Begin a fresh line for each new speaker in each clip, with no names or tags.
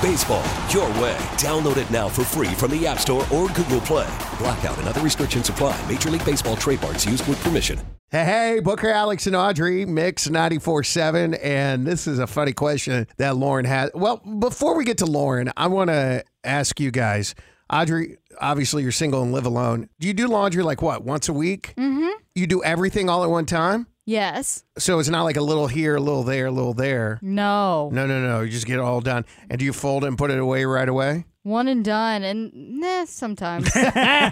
Baseball, your way. Download it now for free from the App Store or Google Play. Blackout and other restrictions apply. Major League Baseball trademarks used with permission.
Hey, hey, Booker, Alex, and Audrey, Mix 94.7. And this is a funny question that Lauren had. Well, before we get to Lauren, I want to ask you guys. Audrey, obviously you're single and live alone. Do you do laundry like what, once a week?
Mm-hmm.
You do everything all at one time?
Yes.
So it's not like a little here, a little there, a little there.
No.
No, no, no. You just get it all done. And do you fold it and put it away right away?
One and done, and nah, sometimes.
I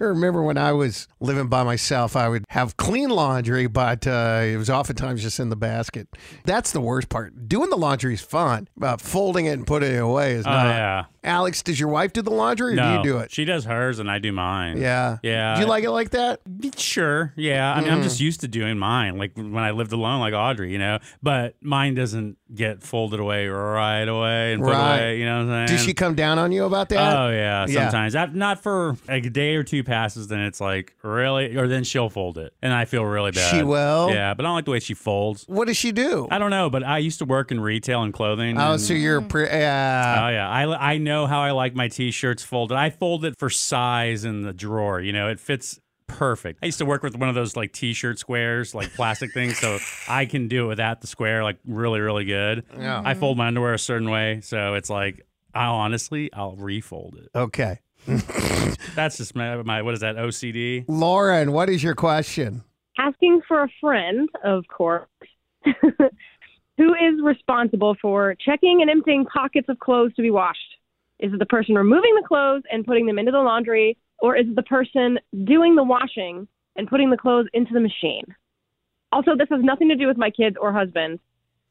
remember when I was living by myself, I would have clean laundry, but uh, it was oftentimes just in the basket. That's the worst part. Doing the laundry is fun, but folding it and putting it away is
Oh,
not.
yeah.
Alex, does your wife do the laundry or do
No.
you do it?
She does hers and I do mine.
yeah.
Yeah.
Do you like Mm-hmm. it like that?
Sure. Yeah. I mean, I'm just used to doing mine. Like when I lived alone, like Audrey, you know, but mine doesn't get folded away right away and put
Right.
away. You know what I'm saying?
Did she come down on you about that?
Oh yeah,
Yeah.
sometimes. That- Not for like, a day or two passes, then it's like really, or then she'll fold it, and I feel really bad.
She will?
Yeah, but I don't like the way she folds.
what does she do?
I don't know, but I used to work in retail and clothing.
Oh,
and-
so you're pre-
Oh
yeah.
yeah, I, I know how I like my t-shirts folded. I fold it for size in the drawer. You know, it fits perfect. I used to work with one of those like t-shirt squares, like plastic things, so I can do it without the square, like really, really good.
Yeah. Mm.
I fold my underwear a certain way, so it's like I honestly I'll refold it.
Okay.
That's just my, my what is that OCD?
Lauren, what is your question?
asking for a friend, of course, who is responsible for checking and emptying pockets of clothes to be washed? Is it the person removing the clothes and putting them into the laundry, or is it the person doing the washing and putting the clothes into the machine? Also, this has nothing to do with my kids or husband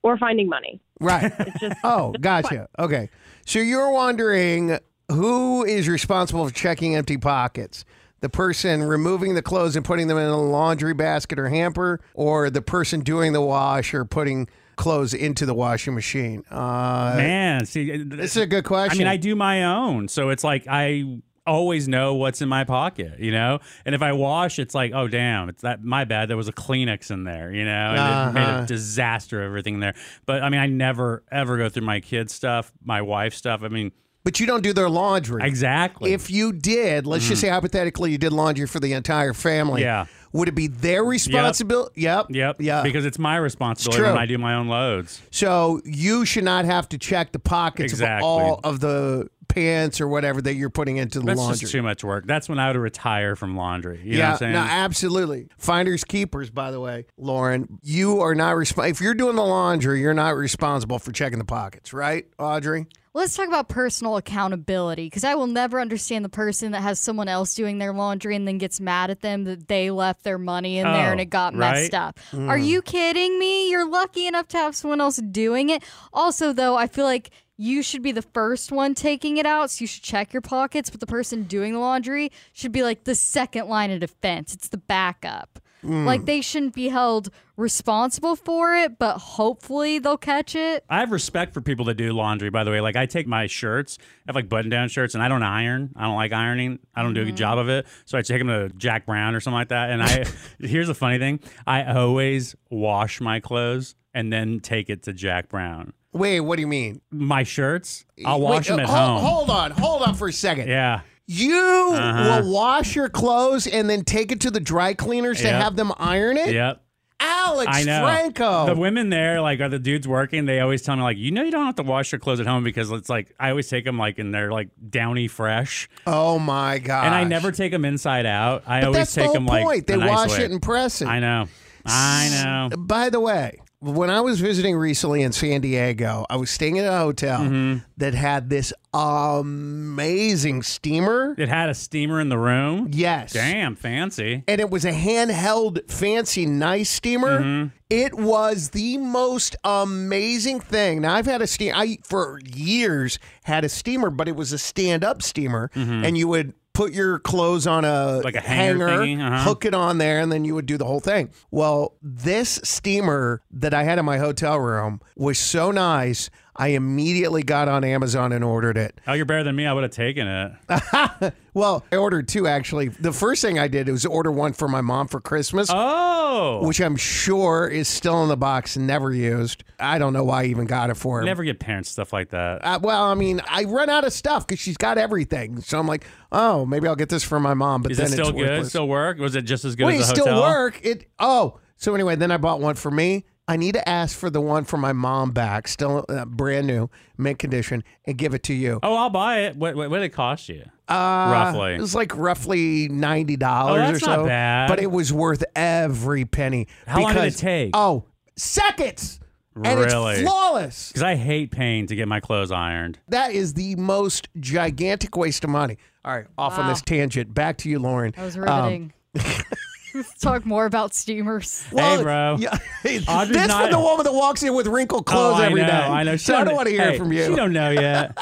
or finding money.
Right.
It's just
Oh, gotcha. Okay. So you're wondering who is responsible for checking empty pockets? The person removing the clothes and putting them in a laundry basket or hamper, or the person doing the wash or putting clothes into the washing machine? Uh,
Man, see,
this is a good
I
question.
mean, I do my own, so it's like I always know what's in my pocket, you know. And if I wash, it's like, oh damn, it's that my bad. There was a Kleenex in there, you know, and it made
Uh-huh.
a disaster of everything there. But I mean, I never ever go through my kids' stuff, my wife's stuff. I mean,
but you don't do their laundry.
exactly. Mm.
If you did, let's just say hypothetically, you did laundry for the entire family.
Yeah.
Would it be their responsibility? Yep.
yep,
Yeah.
because it's my responsibility
true.
when I do my own loads.
So you should not have to check the pockets
Exactly.
of all of the pants or whatever that you're putting into the
That's
laundry.
just too much work. That's when I would retire from laundry. You know what
yeah,
I'm saying?
no, absolutely. Finders keepers, by the way, Lauren. You are not responsible. If you're doing the laundry, you're not responsible for checking the pockets, right, Audrey?
Let's talk about personal accountability because I will never understand the person that has someone else doing their laundry and then gets mad at them that they left their money in there and
Oh,
it got messed
right? Mm.
up. Are you kidding me? You're lucky enough to have someone else doing it. Also, though, I feel like you should be the first one taking it out, so you should check your pockets, but the person doing the laundry should be like the second line of defense. It's the backup.
Mm.
Like they shouldn't be held responsible for it, but hopefully they'll catch it.
I have respect for people that do laundry, by the way. Like, I take my shirts, I have like button down shirts, and I don't iron. I don't like ironing. I don't do a
Mm-hmm.
good job of it. So I take them to Jack Brown or something like that. And I, here's the funny thing I always wash my clothes and then take it to Jack Brown.
Wait, what do you mean?
My shirts, I'll wash
Wait,
them at
uh, hold,
home.
Hold on, hold on for a second.
Yeah.
You
Uh-huh.
will wash your clothes and then take it to the dry cleaners to
Yep.
have them iron it.
Yep.
Alex
I know.
Franco.
The women there, like, are the dudes working? They always tell me, like, you know, you don't have to wash your clothes at home because it's like, I always take them, like, and they're like downy fresh.
oh my god!
And I never take them inside out. I
But
always
that's
take
the whole
them
point.
like
they
the nice
wash
way.
it and press it.
I know. I know.
By the way, when I was visiting recently in San Diego, I was staying at a hotel
Mm-hmm.
that had this amazing steamer.
It had a steamer in the room.
Yes.
Damn, fancy.
And it was a handheld, fancy, nice steamer.
Mm-hmm.
It was the most amazing thing. Now I've had a steam. I for years had a steamer, but it was a stand-up steamer, and you would put your clothes on a
Mm-hmm. Like a hanger thingy, uh-huh.
hook it on there, and then you would do the whole thing. Well, this steamer that I had in my hotel room was so nice. I immediately got on Amazon and ordered it.
Oh, you're better than me. I would have taken it.
Uh, Well, I ordered two actually. The first thing I did was order one for my mom for Christmas.
Oh,
Which I'm sure is still in the box, never used. I don't know why I even got it for her.
never get parents stuff like that.
Uh, well, I mean, I run out of stuff because she's got everything. So I'm like, oh, maybe I'll get this for my mom. But
Is
then
it still
it's
good?
worthless.
Still work? Was it just as good
Wait,
as the
still
hotel?
work? It. Oh, so anyway, then I bought one for me. I need to ask for the one for my mom back, still uh, brand new, mint condition, and give it to you.
Oh, I'll buy it. What, what, what did it cost you?
Uh,
Roughly.
it was like roughly ninety dollars
Oh,
or
that's
so.
not bad.
But it was worth every penny.
How long did it
because-
take?
Oh, seconds. And it's
Really?
flawless.
Because I hate paying to get my clothes ironed.
That is the most gigantic waste of money. All right, off on
Wow.
this tangent. Back to you, Lauren.
That was
Um,
riveting. Let's talk more about steamers.
well,
Hey, bro.
Yeah, this
Audrey's
from
not-
the woman that walks in with wrinkled clothes
oh,
every day.
I know, I know. She
So I don't want to hear
hey,
it from you.
She don't know yet.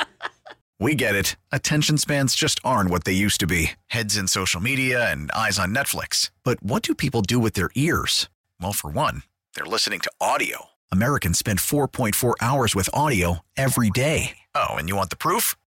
We get it. Attention spans just aren't what they used to be heads in social media and eyes on Netflix. But what do people do with their ears? Well, for one, they're listening to audio. Americans spend 4.4 hours with audio every day. Oh, and you want the proof?